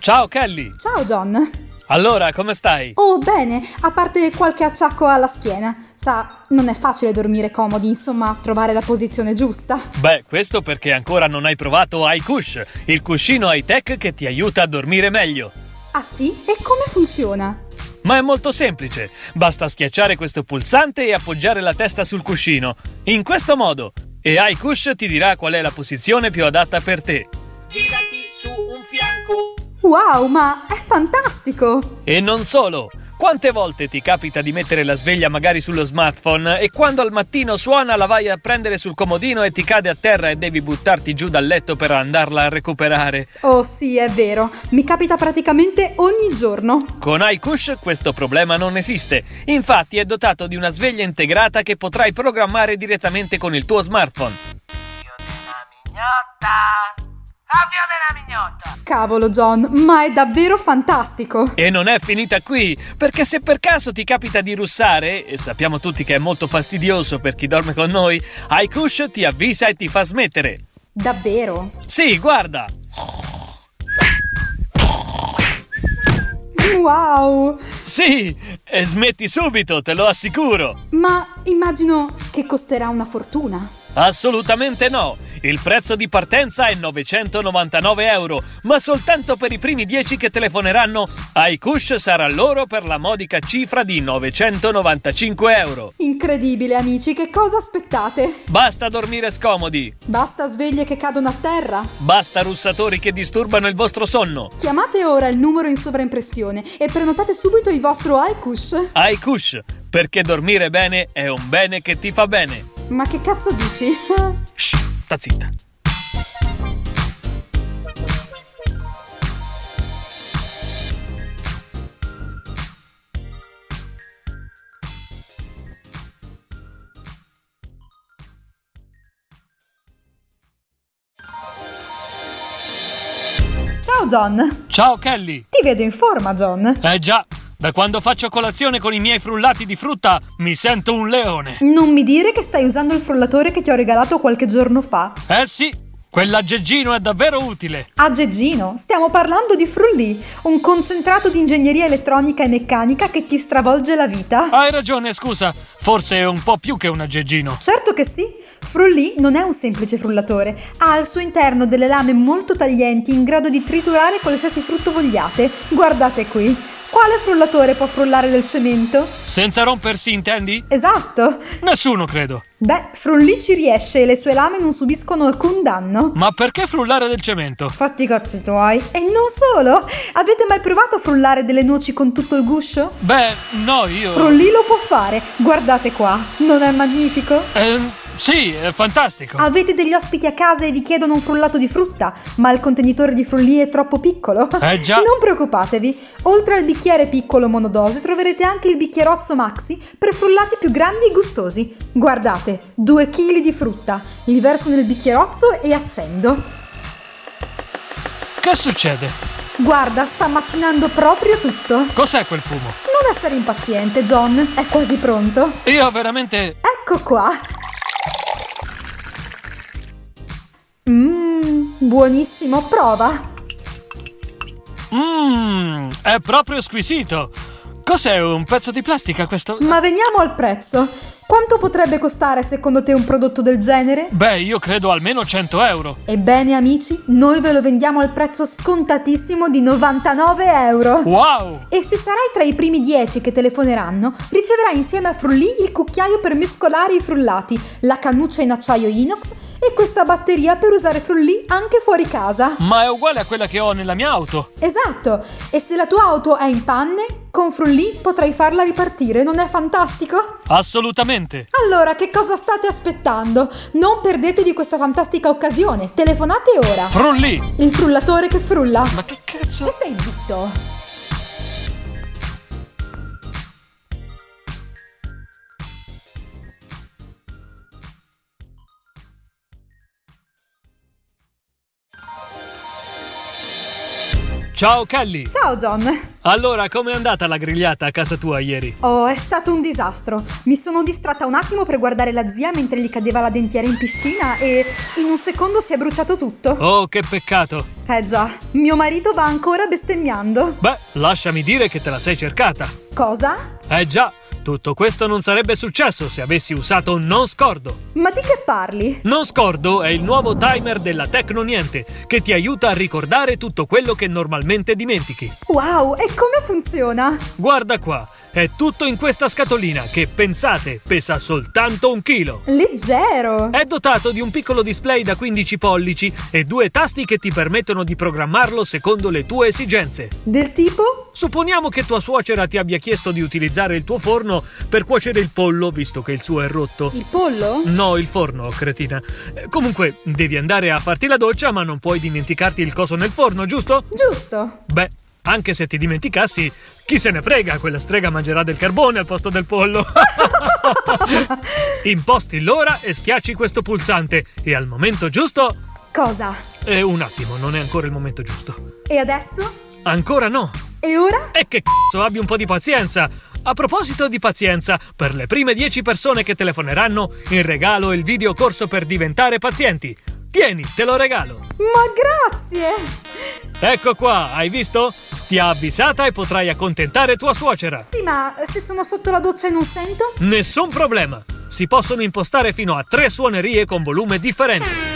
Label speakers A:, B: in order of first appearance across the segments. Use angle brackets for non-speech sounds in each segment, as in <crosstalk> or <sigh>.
A: Ciao Kelly!
B: Ciao John!
A: Allora, come stai?
B: Oh, bene, a parte qualche acciacco alla schiena. Sa, non è facile dormire comodi, insomma, trovare la posizione giusta.
A: Beh, questo perché ancora non hai provato iCush, il cuscino high-tech che ti aiuta a dormire meglio.
B: Ah sì? E come funziona?
A: Ma è molto semplice, basta schiacciare questo pulsante e appoggiare la testa sul cuscino, in questo modo, e iCush ti dirà qual è la posizione più adatta per te.
C: Girati su un fianco.
B: Wow, ma è fantastico!
A: E non solo! Quante volte ti capita di mettere la sveglia magari sullo smartphone e quando al mattino suona la vai a prendere sul comodino e ti cade a terra e devi buttarti giù dal letto per andarla a recuperare?
B: Oh sì, è vero, mi capita praticamente ogni giorno.
A: Con iCush questo problema non esiste, infatti è dotato di una sveglia integrata che potrai programmare direttamente con il tuo smartphone.
C: Avvio della mignotta. Avvio della mignotta.
B: Cavolo John, ma è davvero fantastico!
A: E non è finita qui, perché se per caso ti capita di russare, e sappiamo tutti che è molto fastidioso per chi dorme con noi, iCush ti avvisa e ti fa smettere.
B: Davvero?
A: Sì, guarda!
B: Wow!
A: Sì! E smetti subito, te lo assicuro!
B: Ma immagino che costerà una fortuna.
A: Assolutamente no! Il prezzo di partenza è 999 euro, ma soltanto per i primi 10 che telefoneranno iCush sarà loro per la modica cifra di 995 euro.
B: Incredibile amici, che cosa aspettate?
A: Basta dormire scomodi,
B: Basta sveglie che cadono a terra?
A: basta russatori che disturbano il vostro sonno.
B: Chiamate ora il numero in sovraimpressione e prenotate subito il vostro iCush.
A: iCush, perché dormire bene è un bene che ti fa bene.
B: Ma che cazzo dici? <laughs>
A: Shh, sta zitta.
B: Ciao John!
A: Ciao Kelly.
B: Ti vedo in forma John!
A: Eh già, da quando faccio colazione con i miei frullati di frutta mi sento un leone.
B: Non mi dire che stai usando il frullatore che ti ho regalato qualche giorno fa.
A: Eh sì, quell'aggeggino è davvero utile.
B: A Geggino, stiamo parlando di Frulli, un concentrato di ingegneria elettronica e meccanica che ti stravolge la vita.
A: Hai ragione, scusa, forse è un po' più che un aggeggino.
B: Certo che sì, Frulli non è un semplice frullatore, ha al suo interno delle lame molto taglienti in grado di triturare qualsiasi frutto vogliate. Guardate qui, quale frullatore può frullare del cemento?
A: Senza rompersi, intendi?
B: Esatto!
A: Nessuno, credo.
B: Beh, Frulli ci riesce e le sue lame non subiscono alcun danno.
A: Ma perché frullare del cemento?
B: Fatti i cazzi tuoi! E non solo! Avete mai provato a frullare delle noci con tutto il guscio?
A: Beh, no, io...
B: Frulli lo può fare, guardate qua, non è magnifico?
A: Ehm, sì, è fantastico.
B: Avete degli ospiti a casa e vi chiedono un frullato di frutta, ma il contenitore di frulli è troppo piccolo?
A: Eh già.
B: Non preoccupatevi, oltre al bicchiere piccolo monodose troverete anche il bicchierozzo maxi per frullati più grandi e gustosi. Guardate, 2 kg di frutta, li verso nel bicchierozzo e accendo.
A: Che succede?
B: Guarda, sta macinando proprio tutto. Non
A: Cos'è quel fumo?
B: essere impaziente, John, è quasi pronto.
A: Io veramente...
B: Ecco qua. Mmm, buonissimo, prova.
A: Mmm, è proprio squisito. Cos'è un pezzo di plastica questo?
B: Ma veniamo al prezzo. Quanto potrebbe costare secondo te un prodotto del genere?
A: Beh, io credo almeno 100 euro.
B: Ebbene amici, noi ve lo vendiamo al prezzo scontatissimo di 99 euro.
A: Wow!
B: E se sarai tra i primi 10 che telefoneranno, riceverai insieme a Frulli il cucchiaio per mescolare i frullati, la cannuccia in acciaio inox e questa batteria per usare Frulli anche fuori casa.
A: Ma è uguale a quella che ho nella mia auto.
B: Esatto, e se la tua auto è in panne, con Frulli potrai farla ripartire, non è fantastico?
A: Assolutamente.
B: Allora, che cosa state aspettando? Non perdetevi questa fantastica occasione. Telefonate ora.
A: Frulli!
B: Il frullatore che frulla.
A: Ma che
B: E
A: cazzo?
B: stai zitto.
A: Ciao Kelly!
B: Ciao John!
A: Allora, com'è andata la grigliata a casa tua ieri?
B: Oh, è stato un disastro. Mi sono distratta un attimo per guardare la zia mentre gli cadeva la dentiera in piscina e in un secondo si è bruciato tutto.
A: Oh, che peccato!
B: Eh già, mio marito va ancora bestemmiando.
A: Beh, lasciami dire che te la sei cercata.
B: Cosa?
A: Eh già, tutto questo non sarebbe successo se avessi usato un non scordo.
B: Ma di che parli?
A: Non scordo è il nuovo timer della Tecno Niente che ti aiuta a ricordare tutto quello che normalmente dimentichi.
B: Wow, e come funziona?
A: Guarda qua, è tutto in questa scatolina che, pensate, pesa soltanto un chilo.
B: Leggero!
A: È dotato di un piccolo display da 15 pollici e due tasti che ti permettono di programmarlo secondo le tue esigenze.
B: Del tipo?
A: Supponiamo che tua suocera ti abbia chiesto di utilizzare il tuo forno per cuocere il pollo, visto che il suo è rotto.
B: Il pollo?
A: No, il forno, cretina. Eh, Comunque, devi andare a farti la doccia, ma non puoi dimenticarti il coso nel forno, giusto?
B: Giusto.
A: Beh, anche se ti dimenticassi, chi se ne frega, quella strega mangerà del carbone al posto del pollo. <laughs> Imposti l'ora e schiacci questo pulsante e al momento giusto...
B: <laughs> Cosa?
A: Eh, un attimo, non è ancora il momento giusto.
B: E adesso?
A: Ancora no.
B: E ora?
A: E che cazzo, abbi un po' di pazienza. A proposito di pazienza, per le prime 10 persone che telefoneranno, in regalo il video corso per diventare pazienti. Tieni, te lo regalo.
B: Ma grazie!
A: Ecco qua, hai visto? Ti ha avvisata e potrai accontentare tua suocera.
B: Sì, ma se sono sotto la doccia e non sento?
A: Nessun problema. Si possono impostare fino a tre suonerie con volume differente.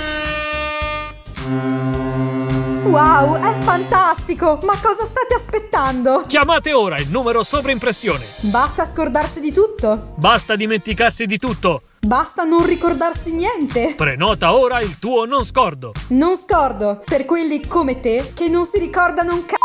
B: Wow, è fantastico! Ma cosa state aspettando?
A: Chiamate ora il numero sovraimpressione.
B: Basta scordarsi di tutto!
A: Basta dimenticarsi di tutto.
B: Basta non ricordarsi niente!
A: Prenota ora il tuo non scordo.
B: Non scordo, per quelli come te che non si ricordano un cazzo!